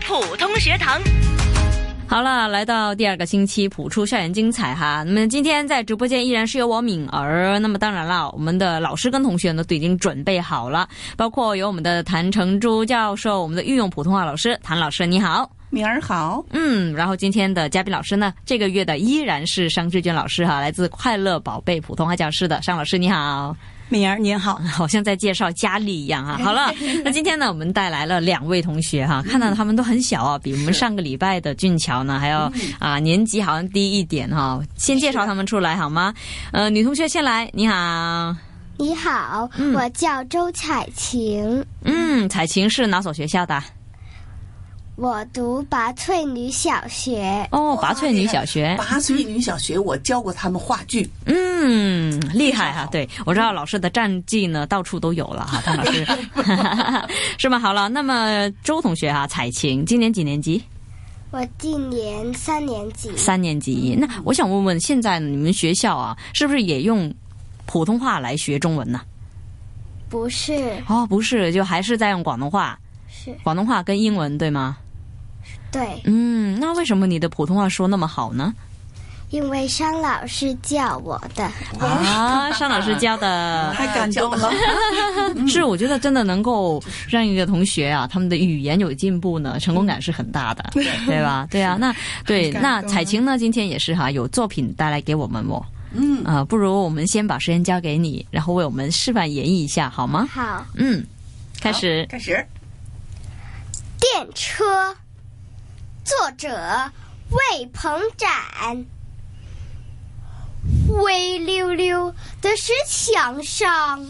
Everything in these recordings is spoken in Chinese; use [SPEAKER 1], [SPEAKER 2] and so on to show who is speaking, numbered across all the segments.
[SPEAKER 1] 普通学堂。
[SPEAKER 2] 好了，来到第二个星期，谱出校园精彩哈。那么今天在直播间依然是由我敏儿。那么当然了，我们的老师跟同学呢都已经准备好了，包括有我们的谭成珠教授，我们的御用普通话老师谭老师，你好。
[SPEAKER 3] 敏儿好，
[SPEAKER 2] 嗯，然后今天的嘉宾老师呢，这个月的依然是商志娟老师哈，来自快乐宝贝普通话教室的商老师，你好。
[SPEAKER 3] 敏儿您好，
[SPEAKER 2] 好像在介绍家里一样 啊。好了，那今天呢，我们带来了两位同学哈、看到他们都很小啊，比我们上个礼拜的俊乔呢还要啊、年级好像低一点哈、先介绍他们出来好吗？呃，女同学先来，你好，嗯
[SPEAKER 4] 你好，我叫周彩晴，
[SPEAKER 2] 嗯，彩晴是哪所学校的？
[SPEAKER 4] 我读拔萃女小学。
[SPEAKER 2] 哦，
[SPEAKER 3] 哇
[SPEAKER 2] 拔萃女小学，
[SPEAKER 3] 哎八岁女小学，我教过他们话剧，
[SPEAKER 2] 嗯，厉害
[SPEAKER 3] 非常
[SPEAKER 2] 哈、
[SPEAKER 3] 好
[SPEAKER 2] 对我知道老师的战绩呢，到处都有了哈、唐老师 是吗？好了，那么周同学哈、彩晴今年几年级？
[SPEAKER 4] 我今年三年级。
[SPEAKER 2] 三年级。那我想问问，现在你们学校啊，是不是也用普通话来学中文呢？
[SPEAKER 4] 不是，
[SPEAKER 2] 哦，不是，就还是在用广东话，
[SPEAKER 4] 是
[SPEAKER 2] 广东话跟英文对吗？
[SPEAKER 4] 对，
[SPEAKER 2] 嗯，那为什么你的普通话说那么好呢？
[SPEAKER 4] 因为商老师叫我的。
[SPEAKER 2] 啊，尚老师教的。
[SPEAKER 3] 太哎感动了。
[SPEAKER 2] 是，我觉得真的能够让一个同学啊，他们的语言有进步呢，成功感是很大的，对 吧？对啊，那对，
[SPEAKER 3] 感
[SPEAKER 2] 那
[SPEAKER 3] 动
[SPEAKER 2] 彩晴呢，今天也是哈，有作品带来给我们哦。
[SPEAKER 3] 嗯，
[SPEAKER 2] 啊、不如我们先把时间交给你，然后为我们示范演绎一下好吗？
[SPEAKER 4] 好，
[SPEAKER 2] 嗯，开始。
[SPEAKER 3] 开始，
[SPEAKER 4] 电车，作者魏鹏展。灰溜溜的是墙上，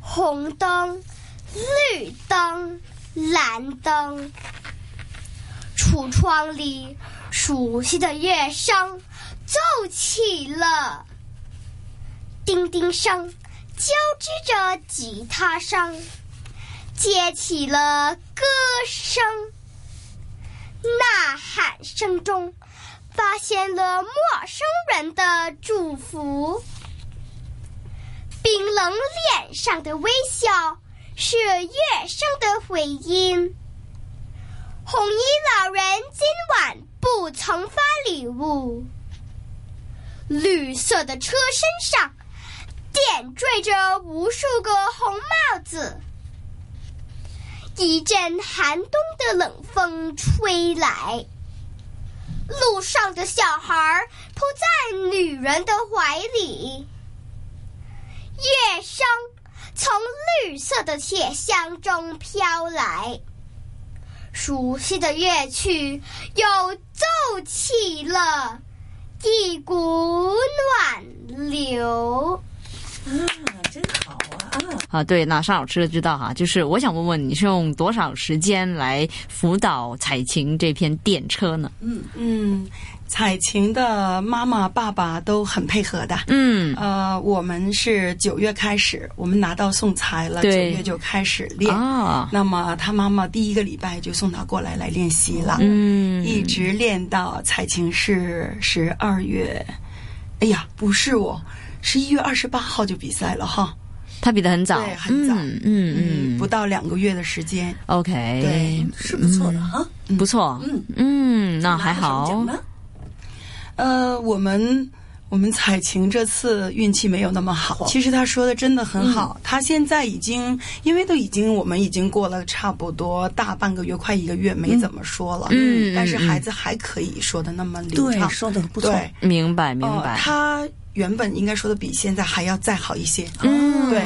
[SPEAKER 4] 红灯、绿灯、蓝灯。橱窗里熟悉的乐声奏起了，叮叮声交织着吉他声。接起了歌声，呐喊声中发现了陌生人的祝福，冰冷脸上的微笑是乐声的回音。红衣老人今晚不曾发礼物，绿色的车身上点缀着无数个红帽子。一阵寒冬的冷风吹来，路上的小孩儿扑在女人的怀里。乐声从绿色的铁箱中飘来，熟悉的乐曲又奏起了一股暖流。
[SPEAKER 3] 真好啊！
[SPEAKER 2] 啊，对，那尚老师知道哈、就是我想问问你是用多少时间来辅导彩晴这篇电车呢？
[SPEAKER 5] 嗯，彩晴的妈妈、爸爸都很配合的。
[SPEAKER 2] 嗯，
[SPEAKER 5] 呃，我们是九月开始，我们拿到送材了，九
[SPEAKER 2] 对
[SPEAKER 5] 月就开始练。
[SPEAKER 2] 啊，
[SPEAKER 5] 那么他妈妈第一个礼拜就送他过来来练习了，
[SPEAKER 2] 嗯，
[SPEAKER 5] 一直练到彩晴是十二月，哎呀，不是我，是一月二十八号就比赛了哈，
[SPEAKER 2] 他比得很早，
[SPEAKER 5] 对很早
[SPEAKER 2] 嗯嗯嗯哎
[SPEAKER 5] 不到两个月的时间，
[SPEAKER 2] ，OK，
[SPEAKER 5] 对，
[SPEAKER 3] 是不错的哈，
[SPEAKER 2] 不错，嗯嗯，
[SPEAKER 3] 啊
[SPEAKER 2] 那还
[SPEAKER 3] 拿什
[SPEAKER 2] 好
[SPEAKER 3] 么奖，呢
[SPEAKER 5] 呃，我们我们彩晴这次运气没有那么好。其实她说的真的很好，
[SPEAKER 2] 嗯
[SPEAKER 5] 她现在已经因为都已经我们已经过了差不多大半个月，快一个月没怎么说了。
[SPEAKER 2] 嗯嗯
[SPEAKER 5] 但是
[SPEAKER 2] 嗯
[SPEAKER 5] 孩子还可以说的那么流
[SPEAKER 3] 对，
[SPEAKER 5] 畅。
[SPEAKER 3] 说的不错，
[SPEAKER 5] 对，
[SPEAKER 2] 明白明
[SPEAKER 5] 哦，
[SPEAKER 2] 白，
[SPEAKER 5] 他原本应该说的比现在还要再好一些。
[SPEAKER 2] 嗯，
[SPEAKER 5] 对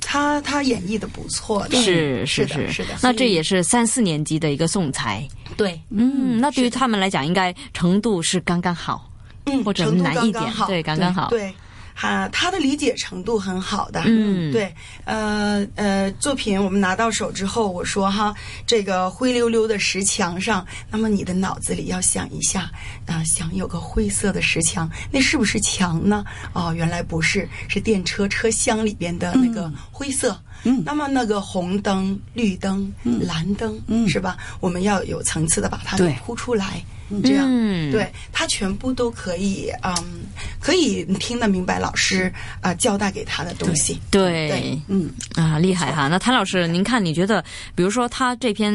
[SPEAKER 5] 他他演绎的不错的，
[SPEAKER 2] 是是
[SPEAKER 5] 是的，是的。
[SPEAKER 2] 那这也是三四年级的一个送材，
[SPEAKER 5] 对，
[SPEAKER 2] 嗯，那对于他们来讲，应该程度是刚刚好，
[SPEAKER 5] 嗯，
[SPEAKER 2] 或者
[SPEAKER 5] 程度
[SPEAKER 2] 难一
[SPEAKER 5] 刚
[SPEAKER 2] 点
[SPEAKER 5] 刚好，
[SPEAKER 2] 对，刚刚好，
[SPEAKER 5] 对，啊，他的理解程度很好的，
[SPEAKER 2] 嗯
[SPEAKER 5] 对，呃呃，作品我们拿到手之后，我说哈，这个灰溜溜的石墙上，那么你的脑子里要想一下，啊、想有个灰色的石墙，那是不是墙呢？哦，原来不是，是电车车厢里边的那个灰色。
[SPEAKER 3] 嗯
[SPEAKER 5] 那么那个红灯、绿灯、蓝灯，
[SPEAKER 3] 嗯
[SPEAKER 5] 是吧？我们要有层次的把它
[SPEAKER 3] 对
[SPEAKER 5] 给铺出来。你这样，
[SPEAKER 2] 嗯
[SPEAKER 5] 对他全部都可以，嗯，可以听得明白老师啊、呃交代给他的东西。
[SPEAKER 2] 对
[SPEAKER 5] 对，
[SPEAKER 3] 嗯，
[SPEAKER 2] 啊，厉害哈！那谭老师，您看，你觉得，比如说他这篇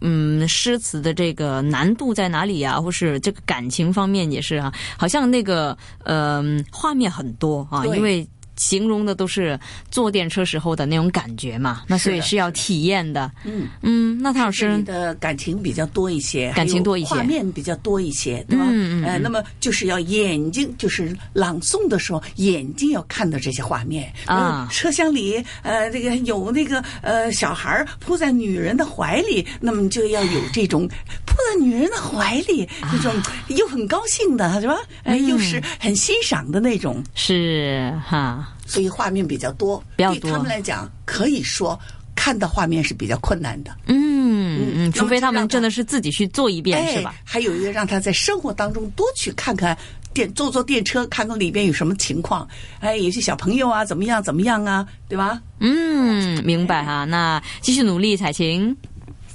[SPEAKER 2] 嗯诗词的这个难度在哪里呀、或是这个感情方面也是啊，好像那个嗯、画面很多啊，
[SPEAKER 3] 对
[SPEAKER 2] 因为形容的都是坐电车时候的那种感觉嘛，那所以
[SPEAKER 3] 是的
[SPEAKER 2] 是要体验的。
[SPEAKER 3] 嗯
[SPEAKER 2] 嗯，那谭老
[SPEAKER 3] 你
[SPEAKER 2] 师，
[SPEAKER 3] 的感情比较多一些，
[SPEAKER 2] 感情多一些
[SPEAKER 3] 还有画面比较多一些，对吧？
[SPEAKER 2] 嗯嗯
[SPEAKER 3] 呃，
[SPEAKER 2] 嗯
[SPEAKER 3] 那么就是要眼睛，就是朗诵的时候，眼睛要看到这些画面
[SPEAKER 2] 啊
[SPEAKER 3] 嗯车厢里，呃，这个有那个呃小孩儿扑在女人的怀里，那么就要有这种扑在女人的怀里，这种
[SPEAKER 2] 啊
[SPEAKER 3] 又很高兴的，是吧？哎、
[SPEAKER 2] 嗯
[SPEAKER 3] 又是很欣赏的那种，
[SPEAKER 2] 是哈，
[SPEAKER 3] 所以画面比较多。
[SPEAKER 2] 比较
[SPEAKER 3] 对
[SPEAKER 2] 多
[SPEAKER 3] 他们来讲，可以说看到画面是比较困难的。
[SPEAKER 2] 嗯嗯，除非他
[SPEAKER 3] 那
[SPEAKER 2] 们
[SPEAKER 3] 么就让他
[SPEAKER 2] 真的是自己去做一遍，是吧？
[SPEAKER 3] 哎还有一个让他在生活当中多去看看电，坐坐电车，看看里边有什么情况。哎，有些小朋友啊，怎么样怎么样啊，对吧？
[SPEAKER 2] 嗯，明白哈。那继续努力，彩琴。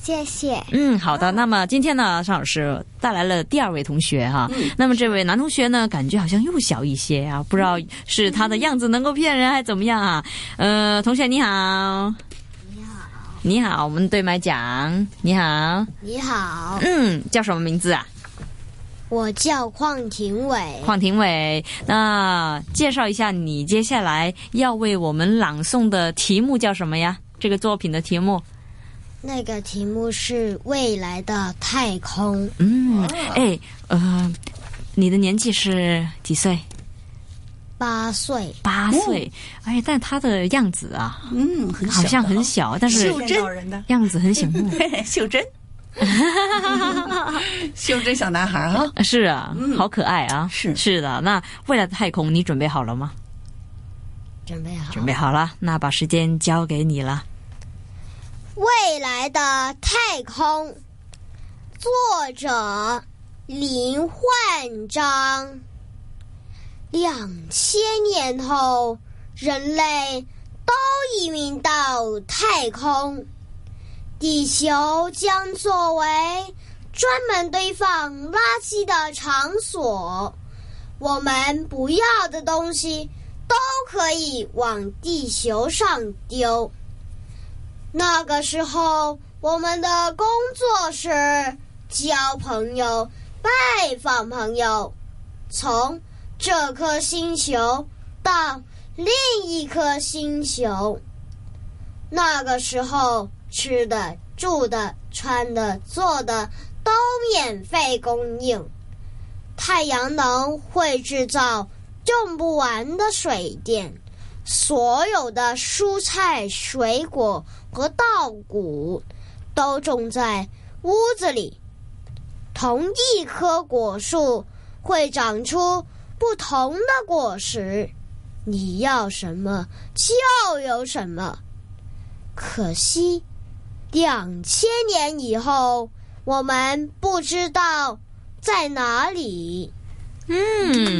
[SPEAKER 4] 谢谢。
[SPEAKER 2] 嗯，好的。那么今天呢，尚老师带来了第二位同学哈。那么这位男同学呢，感觉好像又小一些啊，不知道是他的样子能够骗人，还怎么样啊？呃，同学你好，你好，我们对麦讲，你好，
[SPEAKER 1] 你好，
[SPEAKER 2] 嗯，叫什么名字啊？
[SPEAKER 1] 我叫邝廷伟，
[SPEAKER 2] 邝廷伟。那介绍一下你接下来要为我们朗诵的题目叫什么呀？这个作品的题目，
[SPEAKER 1] 那个题目是未来的太空，
[SPEAKER 2] 嗯，哎，呃，你的年纪是几岁？
[SPEAKER 1] 八岁，
[SPEAKER 2] 八岁，哎，但他的样子啊，
[SPEAKER 3] 嗯，很
[SPEAKER 2] 好 像很小，哦但是
[SPEAKER 5] 是骗到人的，
[SPEAKER 2] 样子很醒 目。
[SPEAKER 3] 袖珍，袖珍小男孩啊，
[SPEAKER 2] 是啊，好可爱啊！
[SPEAKER 3] 是
[SPEAKER 2] 是的，那未来的太空，你准备好了吗？
[SPEAKER 1] 准备好
[SPEAKER 2] 准备好了，那把时间交给你了。
[SPEAKER 4] 未来的太空，作者林焕章。两千年后，人类都移民到太空，地球将作为专门堆放垃圾的场所。我们不要的东西都可以往地球上丢。那个时候，我们的工作是交朋友、拜访朋友，从这颗星球到另一颗星球。那个时候，吃的、住的、穿的、做的都免费供应。太阳能会制造用不完的水电，所有的蔬菜、水果和稻谷都种在屋子里。同一棵果树会长出不同的果实，你要什么就有什么。可惜，两千年以后，我们不知道在哪里。
[SPEAKER 2] 嗯，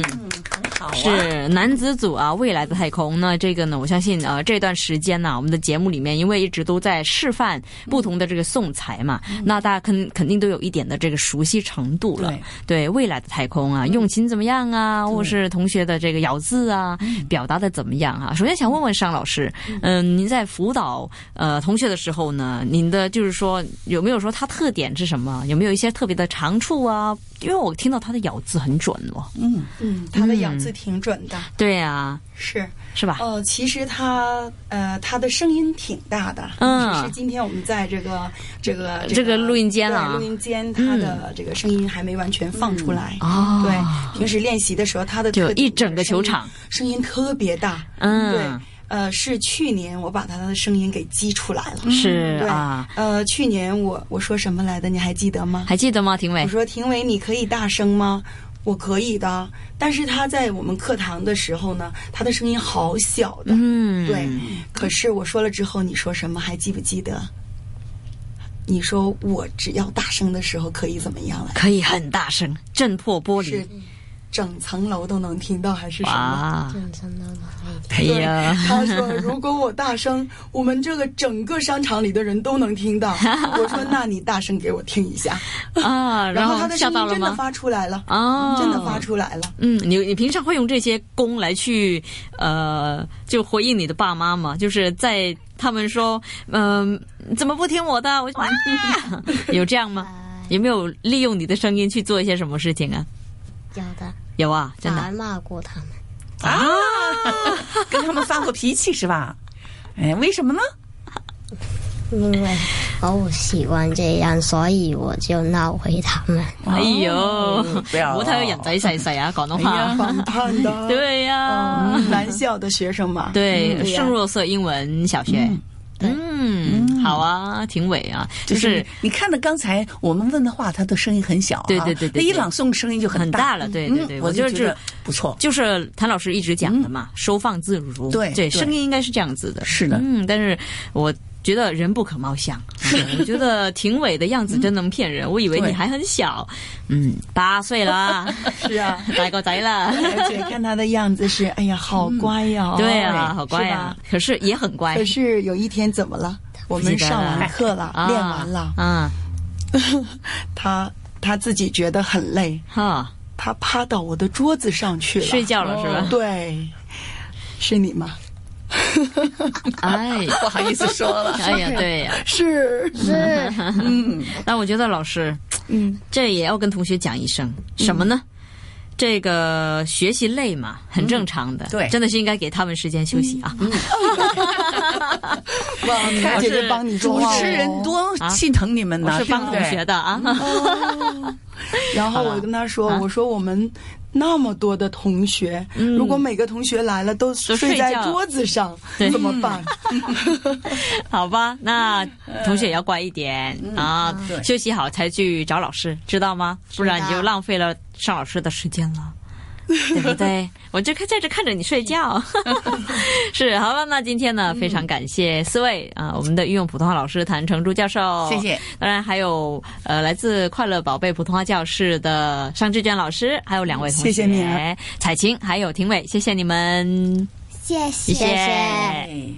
[SPEAKER 3] 嗯，很好啊。
[SPEAKER 2] 是男子组啊，未来的太空。那这个呢，我相信呃，这段时间呢、我们的节目里面，因为一直都在示范不同的这个送材嘛，那大家肯肯定都有一点的这个熟悉程度了。
[SPEAKER 3] 对
[SPEAKER 2] 未来的太空啊，用情怎么样啊，或是同学的这个咬字啊，表达的怎么样啊？首先想问问尚老师，嗯、您在辅导呃同学的时候呢，您的就是说有没有说他特点是什么？有没有一些特别的长处啊？因为我听到他的咬字很准哦。
[SPEAKER 3] 嗯，
[SPEAKER 5] 嗯，他的咬字挺准的，
[SPEAKER 2] 对啊，
[SPEAKER 5] 是。
[SPEAKER 2] 是吧？
[SPEAKER 5] 哦，其实他呃，他的声音挺大的，
[SPEAKER 2] 嗯
[SPEAKER 5] 只是今天我们在这个这个
[SPEAKER 2] 这个录音间啊嗯
[SPEAKER 5] 对录音间他的这个声音还没完全放出来。
[SPEAKER 2] 哦
[SPEAKER 5] 对，平时练习的时候，他的
[SPEAKER 2] 就
[SPEAKER 5] 特点
[SPEAKER 2] 一整个
[SPEAKER 5] 是声音
[SPEAKER 2] 球场
[SPEAKER 5] 声音特别大。
[SPEAKER 2] 嗯
[SPEAKER 5] 对，呃，是去年我把他的声音给激出来了。
[SPEAKER 2] 嗯是
[SPEAKER 5] 对
[SPEAKER 2] 啊，
[SPEAKER 5] 呃，去年我我说什么来的，你还记得吗？
[SPEAKER 2] 还记得吗？廷伟
[SPEAKER 5] 我，说：“廷伟，你可以大声吗？”我可以的，但是他在我们课堂的时候呢，他的声音好小的。
[SPEAKER 2] 嗯，
[SPEAKER 5] 对，可是我说了之后，你说什么还记不记得？你说我只要大声的时候可以怎么样来？
[SPEAKER 2] 可以很大声震破玻
[SPEAKER 5] 是
[SPEAKER 2] 璃，
[SPEAKER 5] 整层楼都能听到，还是什么？
[SPEAKER 2] 嗯哇，
[SPEAKER 1] 整层楼的飞碟。
[SPEAKER 2] 哎
[SPEAKER 5] 对
[SPEAKER 2] 呀，
[SPEAKER 5] 他说：“如果我大声，我们这个整个商场里的人都能 听到。”我说：“那你大声给我听一下。
[SPEAKER 2] 啊，”然
[SPEAKER 5] 后他的
[SPEAKER 2] 吓
[SPEAKER 5] 声
[SPEAKER 2] 到
[SPEAKER 5] 音
[SPEAKER 2] 了
[SPEAKER 5] 真的
[SPEAKER 2] 吗？
[SPEAKER 5] 发出来了，
[SPEAKER 2] 哦，
[SPEAKER 5] 真的发出来了。
[SPEAKER 2] 嗯，你你平常会用这些功来去呃，就回应你的爸妈吗？就是在他们说嗯、怎么不听我的？我哇，
[SPEAKER 5] 啊
[SPEAKER 2] 有这样吗？
[SPEAKER 4] 呃
[SPEAKER 2] 有没有利用你的声音去做一些什么事情啊？
[SPEAKER 1] 有的，
[SPEAKER 2] 有啊，真
[SPEAKER 1] 我
[SPEAKER 2] 的
[SPEAKER 1] 还骂过他们，
[SPEAKER 3] 啊，跟他们发过脾气是吧？哎，为什么呢？
[SPEAKER 1] 因为我喜欢这样，所以我就闹回他们。
[SPEAKER 2] 哎呦，
[SPEAKER 5] 哦
[SPEAKER 3] 不要
[SPEAKER 2] 唔好睇佢人仔細細啊，廣東
[SPEAKER 5] 啊哎呀，
[SPEAKER 2] 話。
[SPEAKER 5] 反 叛的，
[SPEAKER 2] 對呀、
[SPEAKER 5] 嗯，男校的学生嘛，
[SPEAKER 2] 对，
[SPEAKER 5] 嗯呀
[SPEAKER 2] 圣若瑟英文小学。嗯，好啊，挺伟啊，就
[SPEAKER 3] 就是是你看到刚才我们问的话，他的声音很小啊，
[SPEAKER 2] 对对对对
[SPEAKER 3] 那一朗诵声音就
[SPEAKER 2] 很
[SPEAKER 3] 大
[SPEAKER 2] 大了，对对对，
[SPEAKER 3] 嗯
[SPEAKER 2] 我
[SPEAKER 3] 我就
[SPEAKER 2] 就
[SPEAKER 3] 觉
[SPEAKER 2] 是
[SPEAKER 3] 得不错。
[SPEAKER 2] 就是谭老师一直讲的嘛，收放自如。
[SPEAKER 3] 对对
[SPEAKER 2] 对，声音应该是这样子的。
[SPEAKER 3] 是的
[SPEAKER 2] 嗯，但是我觉得人不可貌相。是，我觉得挺伟的样子真能骗人，我以为
[SPEAKER 3] 对
[SPEAKER 2] 你还很小，嗯，八岁啦，
[SPEAKER 5] 是啊。
[SPEAKER 2] 大个仔啦。
[SPEAKER 5] 而且看他的样子是，哎呀，好乖呀、
[SPEAKER 2] 对啊，好乖
[SPEAKER 5] 呀、
[SPEAKER 2] 啊，可是也很乖
[SPEAKER 5] 可。是有一天怎么了？我
[SPEAKER 2] 不记
[SPEAKER 5] 们
[SPEAKER 2] 得
[SPEAKER 5] 上
[SPEAKER 2] 了
[SPEAKER 5] 完课了，
[SPEAKER 2] 啊
[SPEAKER 5] 练完了，
[SPEAKER 2] 啊，
[SPEAKER 5] 他他自己觉得很累，
[SPEAKER 2] 哈，
[SPEAKER 5] 他趴到我的桌子上去了，
[SPEAKER 2] 睡觉了是吧？
[SPEAKER 5] 对，是你吗？
[SPEAKER 2] 哎，
[SPEAKER 3] 不好意思说了，
[SPEAKER 2] 哎呀，对呀，
[SPEAKER 5] 是，
[SPEAKER 2] 但我觉得老师
[SPEAKER 5] 嗯，
[SPEAKER 2] 这也要跟同学讲一声，什么呢？
[SPEAKER 3] 嗯
[SPEAKER 2] 这个学习累嘛，很正常的，
[SPEAKER 3] 嗯对嗯
[SPEAKER 2] 真的是应该给他们时间休息啊。
[SPEAKER 5] 哇，米娅姐姐帮你
[SPEAKER 3] 主
[SPEAKER 5] 说话哦
[SPEAKER 3] 持人多心疼你们
[SPEAKER 2] 我
[SPEAKER 3] 呢，
[SPEAKER 2] 啊哦是帮
[SPEAKER 3] 对不
[SPEAKER 2] 同
[SPEAKER 3] 对嗯
[SPEAKER 2] 学的 啊，
[SPEAKER 5] 哦 然后我跟他说：“我说我们那么多的同学，如果每个同学来了都睡在
[SPEAKER 2] 睡觉
[SPEAKER 5] 桌子上，
[SPEAKER 2] 对嗯
[SPEAKER 5] 怎么办？
[SPEAKER 2] 好吧？那同学也要乖一点
[SPEAKER 3] 嗯
[SPEAKER 2] 啊，休息好才去找老师，知道吗？不然你就浪费了上老师的时间 了。对不对？我就看在这看着你 睡觉， 是好了。那今天呢，非常感谢四位啊、我们的御用普通话老师谭成珠教授，
[SPEAKER 3] 谢谢。
[SPEAKER 2] 当然还有呃，来自快乐宝贝普通话教室的尚志娟老师，还有两位同学，
[SPEAKER 5] 谢谢你啊
[SPEAKER 2] 彩琴还有庭伟，谢谢你们，
[SPEAKER 4] 谢谢
[SPEAKER 2] 谢
[SPEAKER 1] 谢
[SPEAKER 3] 哎